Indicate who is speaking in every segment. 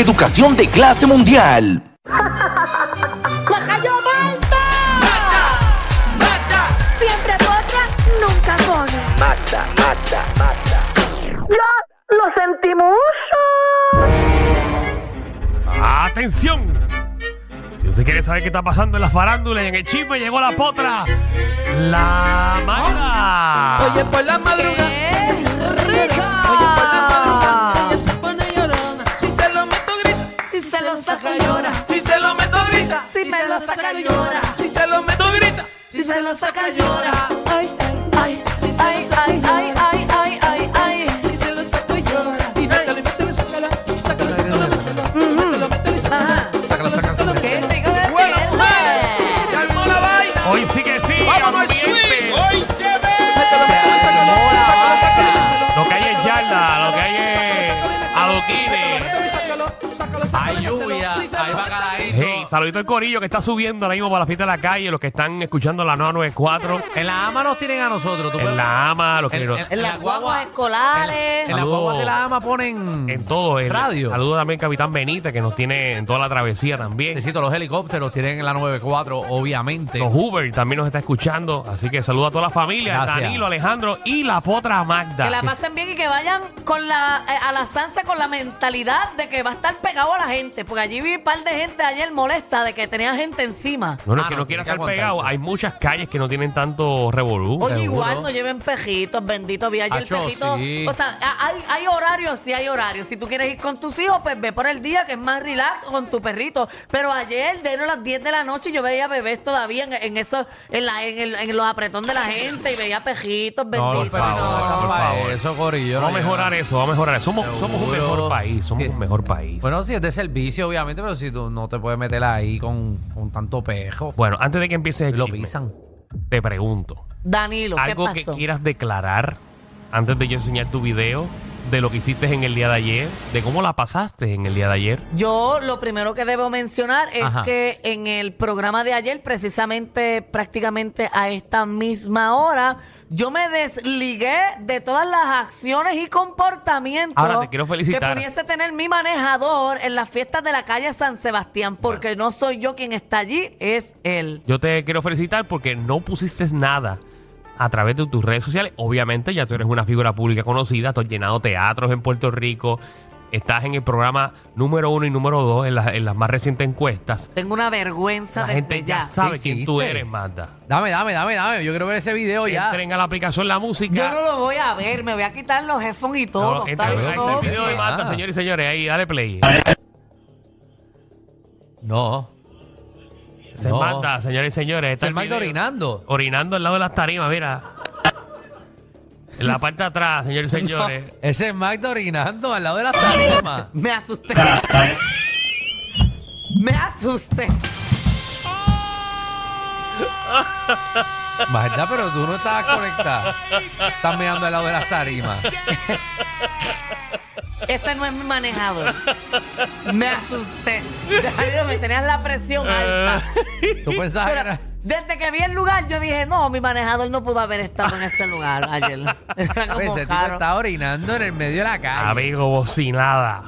Speaker 1: Educación de clase mundial.
Speaker 2: ¡Lajayo Malta!
Speaker 3: ¡Mata! ¡Mata!
Speaker 2: Siempre potra, nunca pone.
Speaker 3: ¡Mata! ¡Mata! ¡Mata!
Speaker 2: ¡Lo, lo sentimos!
Speaker 4: ¡Atención! Si usted quiere saber qué está pasando en la farándula y en el chisme, llegó la potra, la mala.
Speaker 5: Oye, por la madrugada.
Speaker 2: ¡Es
Speaker 5: Oye, por la madrugada.
Speaker 2: rica!
Speaker 5: Ella se pone llorona. Si se lo meto, grita.
Speaker 2: Si se lo saca llora,
Speaker 5: Si se lo meto, grita.
Speaker 2: Si me lo saca, llora.
Speaker 5: Si se lo meto, grita.
Speaker 2: si se lo saca llora. Ay, ay, ay, ay, ay, ay, ay, ay, ay.
Speaker 5: Si se lo saco, llora. Y métele, métele, sácala. Sácala, sácala, métela. Mételo,
Speaker 2: Ajá.
Speaker 5: métele, sácala. Sácala, sácala, sácala.
Speaker 2: ¡Qué rico de
Speaker 5: Bueno,
Speaker 2: piel!
Speaker 5: Se armó la vaina.
Speaker 4: Hoy sí que sí.
Speaker 5: Vámonos,
Speaker 4: ambiente.
Speaker 5: Mételo, mételo, sácalo, sácalo, sácalo.
Speaker 4: Lo que hay es yarda, lo que hay es adoquines.
Speaker 5: Mételo, sácalo, sácalo, sácalo,
Speaker 6: Hay lluvia,
Speaker 5: mételo. Si se
Speaker 6: hay
Speaker 5: lo-
Speaker 6: bacalaíto.
Speaker 4: Hey, saludito al corillo que está subiendo ahora mismo para la fiesta de la calle, los que están escuchando la 994
Speaker 6: En la AMA nos tienen a nosotros. ¿tú
Speaker 4: en
Speaker 6: puedes-
Speaker 4: la AMA, los que
Speaker 6: En-
Speaker 4: no-
Speaker 6: en-
Speaker 2: En las
Speaker 6: la guagua-
Speaker 2: guaguas escolares.
Speaker 6: En la
Speaker 4: Saludos.
Speaker 6: guagua de la AMA ponen.
Speaker 4: en todo el
Speaker 6: Radio.
Speaker 4: Saludo también Capitán Benítez que nos tiene en toda la travesía también.
Speaker 6: Necesito los helicópteros, tienen en la 94, obviamente.
Speaker 4: Los Uber también nos está escuchando, así que saludo a toda la familia,
Speaker 6: Gracias.
Speaker 4: Danilo, Alejandro y la potra Magda.
Speaker 2: Que la pasen bien y que vayan con la, eh, a la salsa con la mentalidad de que va a estar pegado a la gente. Porque allí vi un par de gente ayer molesta de que tenía gente encima.
Speaker 4: No, no,
Speaker 6: Ah,
Speaker 4: que
Speaker 6: no,
Speaker 4: no quiera
Speaker 6: tiene que
Speaker 4: estar pegado.
Speaker 6: aguantarse.
Speaker 4: Hay muchas calles que no tienen tanto revolú.
Speaker 2: Oye,
Speaker 4: seguro.
Speaker 2: igual no lleven pejitos, bendito. Vi ayer
Speaker 6: Acho,
Speaker 2: pejitos.
Speaker 6: sí.
Speaker 2: O sea, a- hay, hay horarios, sí hay horarios. Si tú quieres ir con tus hijos, pues ve por el día, que es más relax, o con tu perrito. Pero ayer, de las 10 de la noche, yo veía bebés todavía en, en eso, en, la, en, el- en los apretón de la gente y veía pejitos,
Speaker 6: No,
Speaker 2: benditos.
Speaker 6: por favor,
Speaker 2: no, no.
Speaker 6: no,
Speaker 4: por favor.
Speaker 6: Eso, Corillo.
Speaker 4: Vamos a
Speaker 6: no,
Speaker 4: mejorar
Speaker 6: ya.
Speaker 4: eso, vamos a mejorar. Somos, somos un
Speaker 6: Seguro.
Speaker 4: mejor país, somos
Speaker 6: Sí.
Speaker 4: un mejor país.
Speaker 6: Bueno, si es de servicio, obviamente, pero si tú no te puedes meter ahí con, con tanto pejo. pues,
Speaker 4: Bueno, antes de que empieces el
Speaker 6: lo
Speaker 4: chisme,
Speaker 6: pisan.
Speaker 4: te pregunto,
Speaker 2: Danilo, ¿qué
Speaker 4: ¿algo que
Speaker 2: pasó?
Speaker 4: quieras declarar antes de yo enseñar tu video de lo que hiciste en el día de ayer, de cómo la pasaste en el día de ayer?
Speaker 2: Yo lo primero que debo mencionar es
Speaker 6: Ajá.
Speaker 2: que en el programa de ayer, precisamente prácticamente a esta misma hora, yo me desligué de todas las acciones y comportamientos
Speaker 4: Ahora, te quiero felicitar.
Speaker 2: que pudiese tener mi manejador en las fiestas de la calle San Sebastián, porque no soy yo quien está allí, es él.
Speaker 4: Yo te quiero felicitar porque no pusiste nada a través de tus redes sociales. Obviamente ya tú eres una figura pública conocida, tú has llenado teatros en Puerto Rico, estás en el programa número uno y número dos en, las- en las más recientes encuestas.
Speaker 2: Tengo una vergüenza
Speaker 4: La
Speaker 2: desde
Speaker 4: gente
Speaker 2: ya.
Speaker 4: ya sabe
Speaker 6: ¿Qué
Speaker 4: quién tú
Speaker 6: hiciste?
Speaker 4: eres, Magda.
Speaker 6: Dame, dame, dame, dame. Yo quiero ver ese video ya.
Speaker 4: Entren a la aplicación La
Speaker 2: Yo
Speaker 4: Música.
Speaker 2: no lo voy a ver, me voy a quitar los headphones y
Speaker 4: No,
Speaker 2: todo.
Speaker 4: entren,
Speaker 2: está
Speaker 4: ahí está el
Speaker 2: loco.
Speaker 4: video de Magda,
Speaker 6: Ah.
Speaker 4: señores y señores. Ahí, dale play.
Speaker 6: No.
Speaker 4: Se
Speaker 6: no.
Speaker 4: Magda, señores y señores. Está
Speaker 6: Se
Speaker 4: el
Speaker 6: me ha ido
Speaker 4: video.
Speaker 6: orinando.
Speaker 4: Orinando al lado de las tarimas, mira. En la parte de atrás, señores y señores.
Speaker 6: No, ese es Magda orinando al lado de la tarima.
Speaker 2: Me asusté. me asusté.
Speaker 6: Magda, pero tú no estabas conectada. Estás mirando al lado de las tarimas.
Speaker 2: Ese no es mi manejador. Me asusté. Ay, Dios, me tenías la presión alta.
Speaker 6: Tú pensabas que
Speaker 2: Pero
Speaker 6: era...
Speaker 2: desde que vi el lugar, yo dije, no, mi manejador no pudo haber estado en ese lugar ayer. Era como
Speaker 6: Ese tipo
Speaker 2: raro.
Speaker 6: está orinando en el medio de la calle.
Speaker 4: Amigo, bocinada.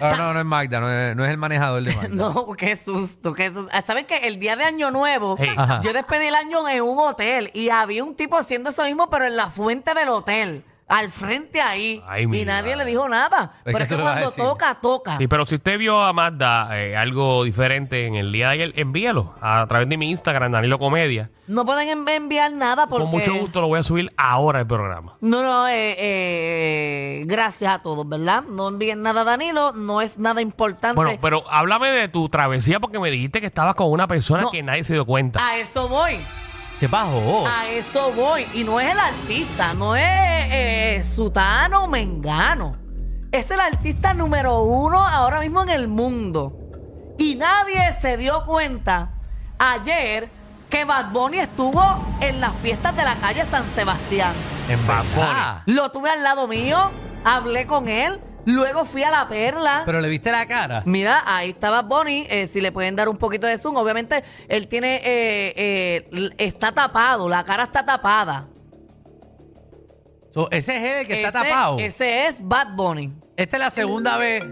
Speaker 6: No, no, no es Magda, no es, no es el manejador de Magda.
Speaker 2: No, qué susto, qué susto. Ah, ¿Saben que el día de Año Nuevo,
Speaker 4: Hey.
Speaker 6: Ajá.
Speaker 2: yo despedí el año en un hotel y había un tipo haciendo eso mismo, pero en la fuente del hotel, al frente ahí.
Speaker 4: Ay,
Speaker 2: y
Speaker 4: mi
Speaker 2: nadie
Speaker 4: madre.
Speaker 2: le dijo nada.
Speaker 6: ¿Qué
Speaker 2: pero es
Speaker 6: tú
Speaker 2: que
Speaker 6: le vas a
Speaker 2: cuando
Speaker 6: decir?
Speaker 2: toca, toca.
Speaker 4: Sí, pero si usted vio a Magda eh, algo diferente en el día de ayer, envíalo a través de mi Instagram, Danilo Comedia.
Speaker 2: No pueden en- enviar nada porque...
Speaker 4: Con mucho gusto lo voy a subir ahora al programa.
Speaker 2: No, no, eh, eh, gracias a todos, ¿verdad? No envíen nada a Danilo, no es nada importante.
Speaker 4: Bueno, pues, pero háblame de tu travesía porque me dijiste que estabas con una persona
Speaker 2: No. Ah.
Speaker 4: que nadie se dio cuenta.
Speaker 2: a eso voy,
Speaker 6: ¿Qué pasó?
Speaker 2: a eso voy. Y no es el artista, no es eh, Sutano o Mengano. Es el artista número uno ahora mismo en el mundo. Y nadie se dio cuenta ayer que Bad Bunny estuvo en las fiestas de la calle San Sebastián.
Speaker 4: en Bad Bunny.
Speaker 6: Ah,
Speaker 2: Lo tuve al lado mío, hablé con él, luego fui a la perla.
Speaker 6: pero le viste la cara.
Speaker 2: Mira, ahí estaba Bonnie. eh, si le pueden dar un poquito de zoom, obviamente él tiene. eh, eh, l- está tapado, la cara está tapada.
Speaker 6: So, ese es el que está
Speaker 2: Ese-
Speaker 6: tapado.
Speaker 2: Ese es Bad Bunny.
Speaker 6: Esta es la segunda vez.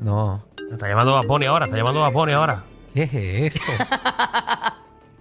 Speaker 6: No.
Speaker 4: Está llamando a Pony ahora, está llamando a Pony ahora.
Speaker 6: ¿Qué es eso?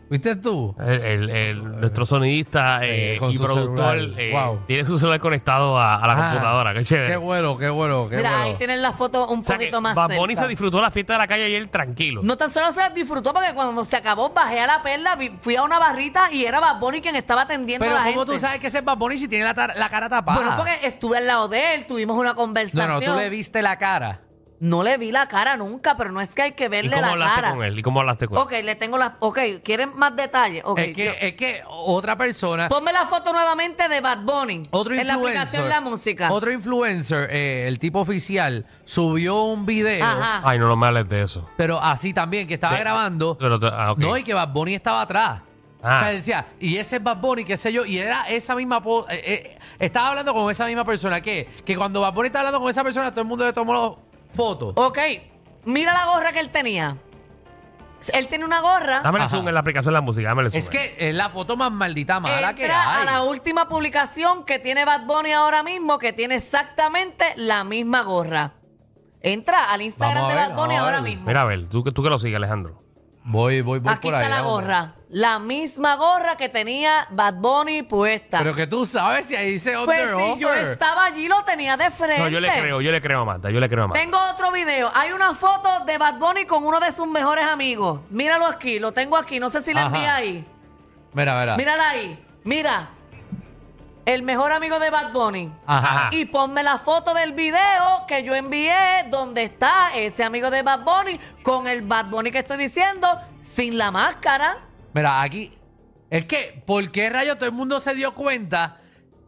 Speaker 6: ¿Viste tú?
Speaker 4: El- el- el- nuestro sonidista eh,
Speaker 6: Eh, con
Speaker 4: y
Speaker 6: su
Speaker 4: productor
Speaker 6: celular.
Speaker 4: eh,
Speaker 6: Wow.
Speaker 4: tiene su celular conectado a, a la
Speaker 6: Ah,
Speaker 4: computadora. Qué chévere.
Speaker 6: Qué bueno, qué bueno, qué
Speaker 2: Mira, ahí
Speaker 6: bueno.
Speaker 2: tienen la foto un
Speaker 4: O sea que
Speaker 2: poquito más
Speaker 4: Bad
Speaker 2: cerca.
Speaker 4: Bunny se disfrutó la fiesta de la calle ayer tranquilo.
Speaker 2: No tan solo se las disfrutó porque cuando se acabó bajé a la perla, vi- fui a una barrita y era Bad Bunny quien estaba atendiendo
Speaker 6: Pero
Speaker 2: a la
Speaker 6: ¿cómo
Speaker 2: gente.
Speaker 6: tú sabes que ese es Bad Bunny si tiene la, tar- la cara tapada?
Speaker 2: Bueno, porque estuve al lado de él, tuvimos una
Speaker 6: No,
Speaker 2: conversación.
Speaker 6: no, tú le viste la cara.
Speaker 2: No le vi la cara nunca, pero no es que hay que
Speaker 4: ¿Y
Speaker 2: verle
Speaker 4: cómo
Speaker 2: la
Speaker 4: hablaste
Speaker 2: cara.
Speaker 4: con él? ¿Y cómo hablaste con él?
Speaker 2: Ok, le tengo la... Ok, ¿quieren más detalles? Ok,
Speaker 6: es, que,
Speaker 2: yo-
Speaker 6: es que otra persona...
Speaker 2: Ponme la foto nuevamente de Bad Bunny.
Speaker 6: Otro
Speaker 2: en la aplicación La Música.
Speaker 6: Otro influencer, eh, el tipo oficial, subió un video,
Speaker 2: Ajá.
Speaker 4: Ay, no, no me hables de eso.
Speaker 6: pero así también, que estaba
Speaker 4: De-
Speaker 6: grabando.
Speaker 4: Pero te- ah, ok.
Speaker 6: No, y que Bad Bunny estaba atrás.
Speaker 4: Ah.
Speaker 6: O sea, decía, y ese es Bad Bunny, qué sé yo, y era esa misma... po- eh, eh, estaba hablando con esa misma persona, que Que cuando Bad Bunny estaba hablando con esa persona, todo el mundo le tomó fotos.
Speaker 2: Ok, mira la gorra que él tenía. Él tiene una gorra.
Speaker 4: Dámele
Speaker 6: Ajá.
Speaker 4: zoom en la aplicación de la música, dámele zoom.
Speaker 6: Es que es la foto más maldita mala que
Speaker 2: Entra a
Speaker 6: hay.
Speaker 2: la última publicación que tiene Bad Bunny ahora mismo, que tiene exactamente la misma gorra. Entra al Instagram
Speaker 6: Vamos a
Speaker 2: de
Speaker 6: ver,
Speaker 2: Bad Bunny
Speaker 6: vamos a
Speaker 2: ahora
Speaker 6: ver.
Speaker 2: mismo.
Speaker 4: Mira, a ver, tú, que- tú que lo sigues, Alejandro.
Speaker 6: Voy, voy, voy
Speaker 2: Aquí
Speaker 6: por
Speaker 2: está
Speaker 6: ahí,
Speaker 2: la
Speaker 6: vamos.
Speaker 2: gorra. La misma gorra que tenía Bad Bunny puesta.
Speaker 6: Pero que tú sabes si ahí dice
Speaker 2: pues
Speaker 6: Under
Speaker 2: si yo
Speaker 6: Offer.
Speaker 2: estaba allí, lo tenía de frente.
Speaker 4: No, yo le creo, yo le creo a Amanda, yo le creo a Amanda.
Speaker 2: Tengo otro video. Hay una foto de Bad Bunny con uno de sus mejores amigos. Míralo aquí, lo tengo aquí. No sé si la
Speaker 6: Ajá.
Speaker 2: envía ahí.
Speaker 6: Mira,
Speaker 4: Ah.
Speaker 6: mira.
Speaker 2: Mírala ahí. Mira. El mejor amigo de Bad Bunny.
Speaker 6: Ajá.
Speaker 2: Y ponme la foto del video que yo envié donde está ese amigo de Bad Bunny con el Bad Bunny que estoy diciendo sin la máscara.
Speaker 6: Mira, aquí. Es que, ¿por qué rayos todo el mundo se dio cuenta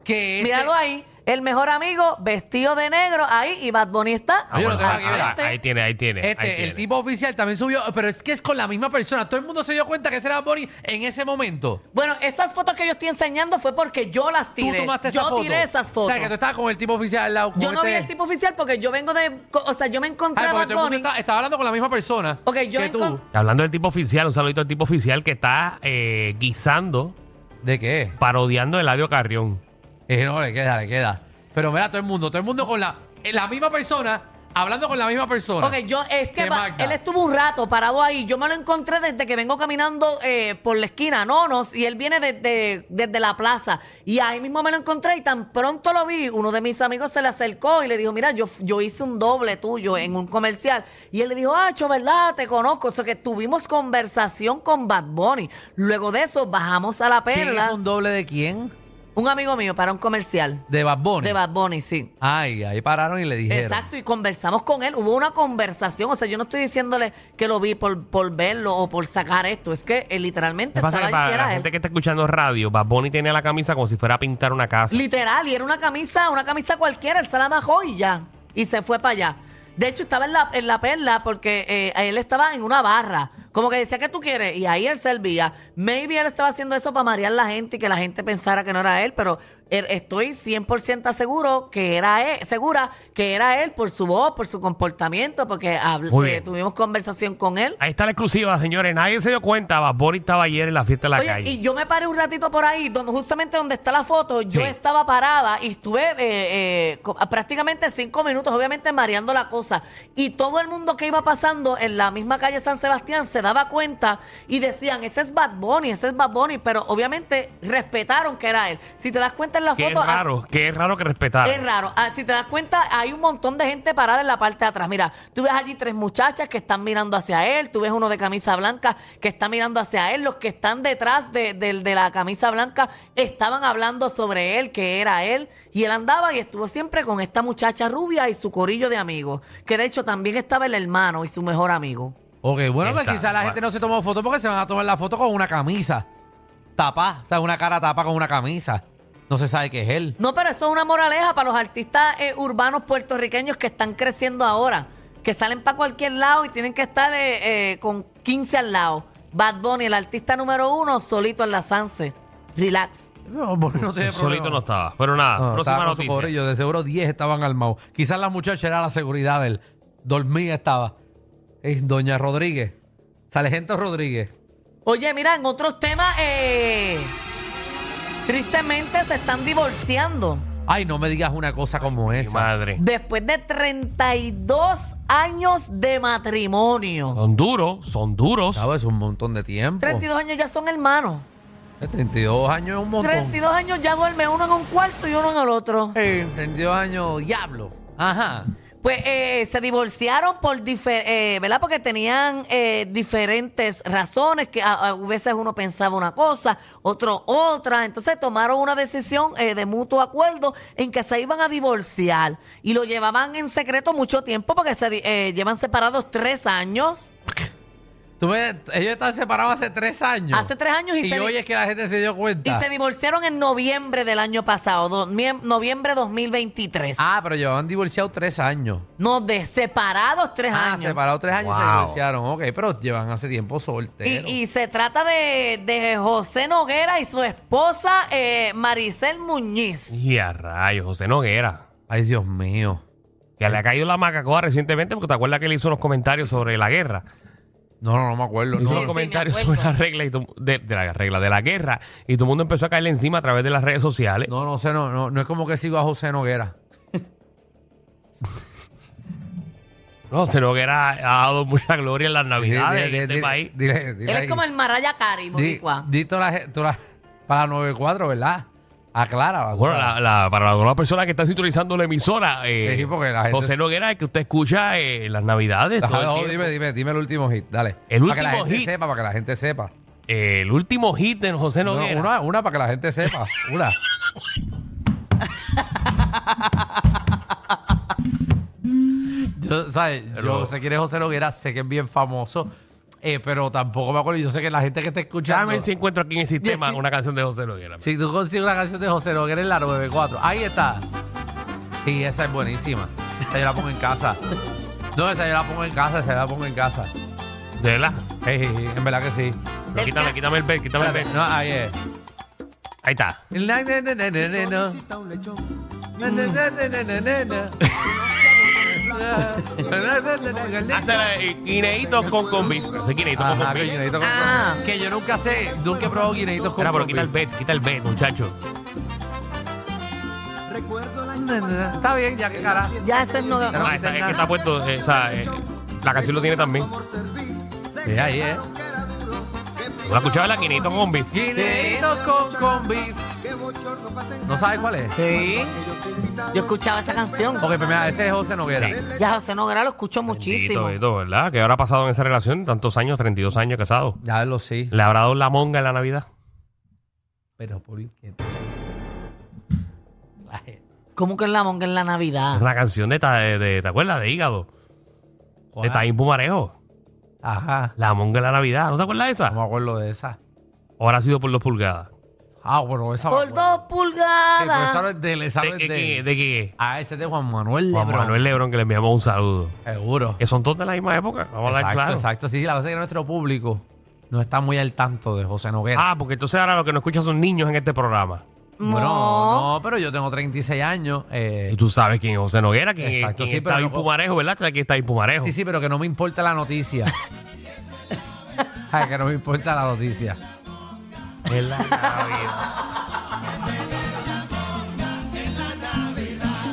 Speaker 6: que ese...
Speaker 2: Míralo ahí. El mejor amigo vestido de negro ahí y Bad Bunny está.
Speaker 4: Ah,
Speaker 6: Yo lo
Speaker 4: bueno,
Speaker 6: tengo
Speaker 4: ah,
Speaker 6: aquí,
Speaker 4: ah,
Speaker 6: mira.
Speaker 4: ah, ahí tiene, ahí tiene. ahí
Speaker 6: Este, el
Speaker 4: tiene.
Speaker 6: tipo oficial también subió, pero es que es con la misma persona. Todo el mundo se dio cuenta que ese era Bad Bunny en ese momento.
Speaker 2: Bueno, esas fotos que yo estoy enseñando fue porque yo las tiré.
Speaker 6: Tú tomaste
Speaker 2: yo
Speaker 6: esa foto.
Speaker 2: tiré esas
Speaker 6: O
Speaker 2: fotos.
Speaker 6: sea, que tú estabas con el tipo oficial al lado. con
Speaker 2: yo no vi
Speaker 6: este-
Speaker 2: el tipo oficial porque yo vengo de. O sea, yo me encontré
Speaker 6: Ay,
Speaker 2: a
Speaker 6: porque todo
Speaker 2: Bad
Speaker 6: el mundo
Speaker 2: Bunny.
Speaker 6: está- estaba hablando con la misma persona
Speaker 2: Ok, yo
Speaker 6: que tú.
Speaker 2: encon-
Speaker 4: Hablando del tipo oficial, un saludito al tipo oficial que está eh, guisando,
Speaker 6: ¿De qué?
Speaker 4: parodiando el labio Carrión.
Speaker 6: Eh, no, le queda, le queda. Pero mira, todo el mundo, todo el mundo con la, eh, la misma persona, hablando con la misma persona.
Speaker 2: Ok, yo es que
Speaker 6: ¿Qué
Speaker 2: va-
Speaker 6: Magda?
Speaker 2: él estuvo un rato parado ahí. Yo me lo encontré desde que vengo caminando eh, por la esquina, Nonos, y él viene desde, desde la plaza. Y ahí mismo me lo encontré y tan pronto lo vi, uno de mis amigos se le acercó y le dijo, mira, yo, yo hice un doble tuyo en un comercial. Y él le dijo, ah, cho, ¿verdad? Te conozco. O sea, que tuvimos conversación con Bad Bunny. Luego de eso bajamos a la
Speaker 6: ¿Quién
Speaker 2: perla.
Speaker 6: hizo un doble de quién?
Speaker 2: Un amigo mío para un comercial
Speaker 6: De Bad Bunny.
Speaker 2: de Bad Bunny, sí.
Speaker 6: Ay, ahí pararon y le dijeron.
Speaker 2: Exacto, y conversamos con él, hubo una conversación, o sea, yo no estoy diciéndole que lo vi por, por verlo o por sacar esto, es que eh, literalmente
Speaker 4: ¿Qué pasa?
Speaker 2: estaba
Speaker 4: Que
Speaker 2: allí,
Speaker 4: para
Speaker 2: era
Speaker 4: la
Speaker 2: él.
Speaker 4: gente que está escuchando radio, Bad Bunny tiene la camisa como si fuera a pintar una casa.
Speaker 2: Literal, y era una camisa, una camisa cualquiera, él se la bajó y ya, y se fue para allá. De hecho, estaba en la, en la perla porque eh, él estaba en una barra, como que decía que tú quieres, y ahí él servía. Maybe él estaba haciendo eso para marear la gente y que la gente pensara que no era él, pero eh, estoy 100% seguro que era él, segura que era él por su voz, por su comportamiento, porque habl-
Speaker 4: Muy
Speaker 2: eh,
Speaker 4: bien.
Speaker 2: tuvimos conversación con él.
Speaker 4: Ahí está la exclusiva, señores. Nadie se dio cuenta. Bad Bunny estaba ayer en la fiesta de la
Speaker 2: Oye,
Speaker 4: calle.
Speaker 2: y yo me paré un ratito por ahí, donde justamente donde está la foto, yo
Speaker 4: Sí.
Speaker 2: estaba parada y estuve eh, eh, co- a- prácticamente cinco minutos, obviamente mareando la cosa. Y todo el mundo que iba pasando en la misma calle San Sebastián se daba cuenta y decían, ese es Bad Bunny, ese es Bad Bunny, pero obviamente respetaron que era él. Si te das cuenta en la
Speaker 4: Qué
Speaker 2: foto... ah, a-
Speaker 4: raro, qué raro que respetaron.
Speaker 2: es raro. Ah, si te das cuenta, hay un montón de gente parada en la parte de atrás. Mira, tú ves allí tres muchachas que están mirando hacia él, tú ves uno de camisa blanca que está mirando hacia él, los que están detrás de, del- de la camisa blanca estaban hablando sobre él, que era él, y él andaba y estuvo siempre con esta muchacha rubia y su corillo de amigos, que de hecho también estaba el hermano y su mejor amigo.
Speaker 6: Ok, bueno, pues
Speaker 4: Está,
Speaker 6: quizás la
Speaker 4: bueno.
Speaker 6: gente no se tomó foto porque se van a tomar la foto con una camisa. Tapa, o sea, una cara tapa con una camisa. No se sabe qué es él.
Speaker 2: No, pero eso es una moraleja para los artistas eh, urbanos puertorriqueños que están creciendo ahora, que salen para cualquier lado y tienen que estar eh, eh, con 15 al lado. Bad Bunny, el artista número uno, solito en la Sanse. Relax.
Speaker 6: No, porque no tiene
Speaker 4: Solito
Speaker 6: problema.
Speaker 4: no estaba. Pero nada,
Speaker 6: No,
Speaker 4: próxima
Speaker 6: estaba con su
Speaker 4: noticia.
Speaker 6: corillo, de seguro 10 estaban armados. Quizás la muchacha era la seguridad de él. Dormía estaba. Es Doña Rodríguez. Sargento Rodríguez.
Speaker 2: Oye, mira, en otros temas, eh, tristemente se están divorciando.
Speaker 6: Ay, no me digas una cosa como
Speaker 4: Mi
Speaker 6: esa.
Speaker 4: madre.
Speaker 2: Después de 32 años de matrimonio.
Speaker 4: Son duros, son duros.
Speaker 6: Claro, es un montón de tiempo.
Speaker 2: 32 años ya son hermanos.
Speaker 6: 32 años es un montón.
Speaker 2: 32 años ya duerme uno en un cuarto y uno en el otro.
Speaker 6: Eh, 32 años, diablo. Ajá.
Speaker 2: Pues eh, se divorciaron por difer- eh, ¿verdad? Porque tenían eh, diferentes razones, que a, a veces uno pensaba una cosa, otro otra. Entonces tomaron una decisión eh, de mutuo acuerdo en que se iban a divorciar y lo llevaban en secreto mucho tiempo porque se di- eh, llevan separados tres años.
Speaker 6: Tú ves, ellos están separados hace tres años.
Speaker 2: Hace tres años y
Speaker 6: Y,
Speaker 2: se di-
Speaker 6: hoy es que la gente se dio
Speaker 2: Y
Speaker 6: cuenta.
Speaker 2: se divorciaron en noviembre del año pasado, do- mie- noviembre 2023.
Speaker 6: ah, pero llevaban divorciados tres años.
Speaker 2: No, de separados tres
Speaker 6: Ah,
Speaker 2: años.
Speaker 6: separados tres años y se
Speaker 4: Wow.
Speaker 6: divorciaron. Ok, pero llevan hace tiempo
Speaker 2: Y,
Speaker 6: solteros.
Speaker 2: y se trata de, de José Noguera y su esposa eh, Maricel Muñiz.
Speaker 4: Y a rayos, José Noguera.
Speaker 6: Ay, Dios mío.
Speaker 4: Que le ha caído la macacoa recientemente porque te acuerdas que él hizo unos comentarios sobre la guerra.
Speaker 6: No, no, no me acuerdo.
Speaker 4: Hizo
Speaker 6: No,
Speaker 2: Sí,
Speaker 4: unos
Speaker 2: sí,
Speaker 6: no,
Speaker 4: comentarios
Speaker 2: me
Speaker 4: sobre
Speaker 2: acuerdo.
Speaker 4: la regla y tu- de, de la regla, de la guerra. Y todo el mundo empezó a caerle encima a través de las redes sociales.
Speaker 6: no, no sé, no, no, no es como que sigo a José Noguera.
Speaker 4: No, José Noguera ha dado mucha gloria en las navidades de este país.
Speaker 6: Dile, dile
Speaker 2: Él
Speaker 6: ahí.
Speaker 2: es como el Maraya Cari,
Speaker 6: Di,
Speaker 2: boricua.
Speaker 6: di toda la, toda la- para 94, ¿verdad? Aclara.
Speaker 4: Bueno,
Speaker 6: aclara.
Speaker 4: la- la- para algunas personas que están sintonizando la emisora, eh,
Speaker 6: Sí, porque la gente-
Speaker 4: José Noguera es el que usted escucha eh, en las navidades. todo el
Speaker 6: Ajá, no,
Speaker 4: tiempo.
Speaker 6: dime, dime, dime el último hit, dale.
Speaker 4: El
Speaker 6: para que la
Speaker 4: último
Speaker 6: gente
Speaker 4: hit.
Speaker 6: sepa, para que la gente sepa.
Speaker 4: Eh, el último hit de José
Speaker 6: No,
Speaker 4: Noguera.
Speaker 6: una, una para que la gente sepa. Una. yo, ¿sabes?
Speaker 4: Pero-
Speaker 6: yo sé quién es José Noguera, sé que es bien famoso, eh, pero tampoco me acuerdo. Yo sé que la gente que está escuchando.
Speaker 4: Dame si encuentro aquí en el sistema una canción de José Noguera.
Speaker 6: Si tú consigues una canción de José Noguera en la 94, ahí está. Sí, esa es buenísima. Esa yo la pongo en casa. No, esa yo la pongo en casa, esa yo la pongo en casa.
Speaker 4: De verdad.
Speaker 6: Sí, sí, sí, en verdad que sí.
Speaker 4: Pero Quítame, quítame el bel, quítame el bel.
Speaker 6: No, ahí es.
Speaker 4: Ahí está.
Speaker 5: Solicita un lechón.
Speaker 4: Hazle eh, guineitos con con beef. No sé, guineitos con
Speaker 6: Ajá,
Speaker 4: con
Speaker 6: que
Speaker 4: beef.
Speaker 6: guineitos con-
Speaker 2: Ah.
Speaker 6: Que yo nunca sé, nunca he probado guineitos con
Speaker 4: Espera, pero quita el
Speaker 6: con-
Speaker 4: bel, quita el bel, muchacho.
Speaker 5: Recuerdo el año pasado.
Speaker 6: Está bien, ya que cara.
Speaker 2: Ya ese es Noguera.
Speaker 4: Ah, está- es que está puesto, eh, o sea, eh, la canción lo tiene también. ¿No
Speaker 6: Sí, ahí eh. es.
Speaker 4: la escuchaba la guineitos con beef?
Speaker 6: Guineitos con combi. ¿No sabes cuál es?
Speaker 2: Sí. Yo escuchaba esa canción.
Speaker 6: Ok, pues mira, ese es José Noguera.
Speaker 4: Sí.
Speaker 2: Ya José Noguera lo escucho muchísimo.
Speaker 4: Bendito, bendito, ¿verdad? ¿Qué habrá pasado en esa relación? Tantos años, 32 años casados.
Speaker 6: Ya lo sí.
Speaker 4: ¿Le habrá dado la monga en la Navidad?
Speaker 6: Pero por qué. La gente-
Speaker 2: ¿Cómo que en la monga en la Navidad?
Speaker 4: Es una canción de, ta- de- de- ¿te acuerdas? De Hígado. De Taín Pumarejo.
Speaker 6: Ajá.
Speaker 4: La monga en la Navidad. ¿No te acuerdas de
Speaker 6: No me
Speaker 4: esa?
Speaker 6: acuerdo de esa.
Speaker 4: ¿O habrá sido por dos pulgadas?
Speaker 6: Ah, bueno, esa me
Speaker 2: Por
Speaker 6: acuerdo.
Speaker 2: dos
Speaker 6: Sí, pero
Speaker 2: pulgadas.
Speaker 6: esa no es de él, esa no
Speaker 4: ¿De
Speaker 6: es
Speaker 4: qué?
Speaker 6: de
Speaker 4: qué- ¿De qué?
Speaker 6: Ah, ese es de Juan Manuel
Speaker 4: Juan
Speaker 6: Lebrón.
Speaker 4: Manuel Lebrón, que le enviamos un saludo.
Speaker 6: Seguro.
Speaker 4: Que son todos de la misma época. Vamos a
Speaker 6: exacto,
Speaker 4: hablar claro.
Speaker 6: exacto. Sí, la verdad es que nuestro público no está muy al tanto de José Noguera.
Speaker 4: Ah, porque entonces ahora lo que no escuchan son niños en este programa.
Speaker 2: No.
Speaker 6: Bueno, no, pero yo tengo 36 años. eh,
Speaker 4: Y tú sabes quién es José Noguera, quién, es-
Speaker 6: Exacto,
Speaker 4: quién
Speaker 6: sí,
Speaker 4: es
Speaker 6: pero
Speaker 4: Taín
Speaker 6: no-
Speaker 4: Pumarejo, ¿verdad? ¿Sabes quién es Taín Pumarejo?
Speaker 6: Sí, sí, pero que no me importa la noticia. Ay, que no me importa la noticia.
Speaker 4: En la Navidad.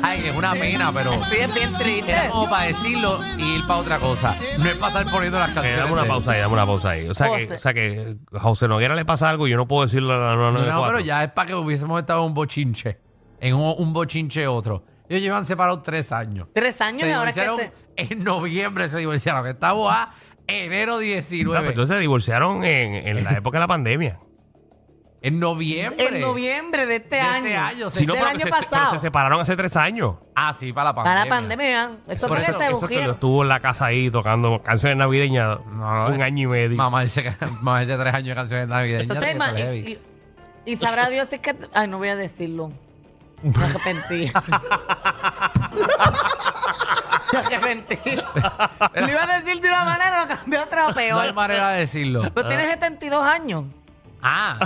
Speaker 6: Ay, que es una pena, pero
Speaker 2: Sí, es bien
Speaker 6: era
Speaker 2: triste.
Speaker 6: como para decirlo y ir para otra cosa. No es pasar poniendo las
Speaker 4: Eh,
Speaker 6: canciones.
Speaker 4: dame una
Speaker 6: de él.
Speaker 4: pausa ahí, dame una pausa ahí. O sea, que,
Speaker 2: José.
Speaker 4: o sea que a José Noguera le pasa algo y yo no puedo decirlo a la Ah,
Speaker 6: No,
Speaker 4: 994.
Speaker 6: pero ya es para que hubiésemos estado en un bochinche. En un, un bochinche otro. Ellos llevan separados tres años.
Speaker 2: Tres años
Speaker 6: Se
Speaker 2: y ahora es que
Speaker 6: divorciaron
Speaker 2: se...
Speaker 6: en noviembre, se divorciaron. Estamos a enero
Speaker 4: Ah, pero
Speaker 6: 19.
Speaker 4: entonces se divorciaron en, en la época de la pandemia.
Speaker 6: en noviembre.
Speaker 2: En noviembre de este
Speaker 6: De
Speaker 2: año.
Speaker 6: este año, sí.
Speaker 2: Del
Speaker 6: Si no,
Speaker 4: pero,
Speaker 2: año
Speaker 4: se, se- pero
Speaker 2: pasado.
Speaker 4: se separaron hace tres años.
Speaker 6: Ah, sí, para la pandemia.
Speaker 2: Para la pandemia, vean. Esto
Speaker 6: Por
Speaker 2: fue que
Speaker 6: eso-
Speaker 2: se
Speaker 4: Eso que lo
Speaker 2: bugieron.
Speaker 4: estuvo en la casa ahí tocando canciones navideñas
Speaker 6: No,
Speaker 4: un
Speaker 6: eh.
Speaker 4: año y medio.
Speaker 6: Mamá dice que mamá dice tres años de canciones navideñas.
Speaker 2: Entonces,
Speaker 6: que
Speaker 2: ma-
Speaker 6: está
Speaker 2: y,
Speaker 6: heavy.
Speaker 2: y- y sabrá Dios si es que. Ay, no voy a decirlo. Me arrepentí. Me arrepentí. Lo iba a decir de una manera, lo cambié a otra
Speaker 6: no hay
Speaker 2: peor.
Speaker 6: manera de decirlo.
Speaker 2: Pero tienes 72 años.
Speaker 6: Ah.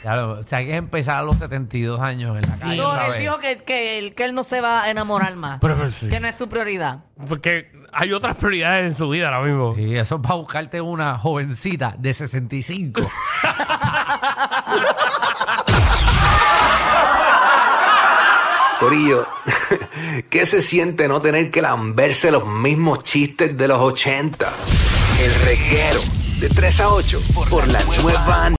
Speaker 6: Claro, o sea, hay que empezar a los 72 años en la calle.
Speaker 2: No,
Speaker 6: otra
Speaker 2: él
Speaker 6: vez.
Speaker 2: dijo que, que él, que él no se va a enamorar más.
Speaker 4: Pero, pero sí.
Speaker 2: Que no es su prioridad.
Speaker 4: Porque hay otras prioridades en su vida ahora mismo.
Speaker 6: Sí, eso es para buscarte una jovencita de 65.
Speaker 7: Corillo, ¿qué se siente no tener que lamberse los mismos chistes de los 80? El reguero de 3 a 8 por la nueva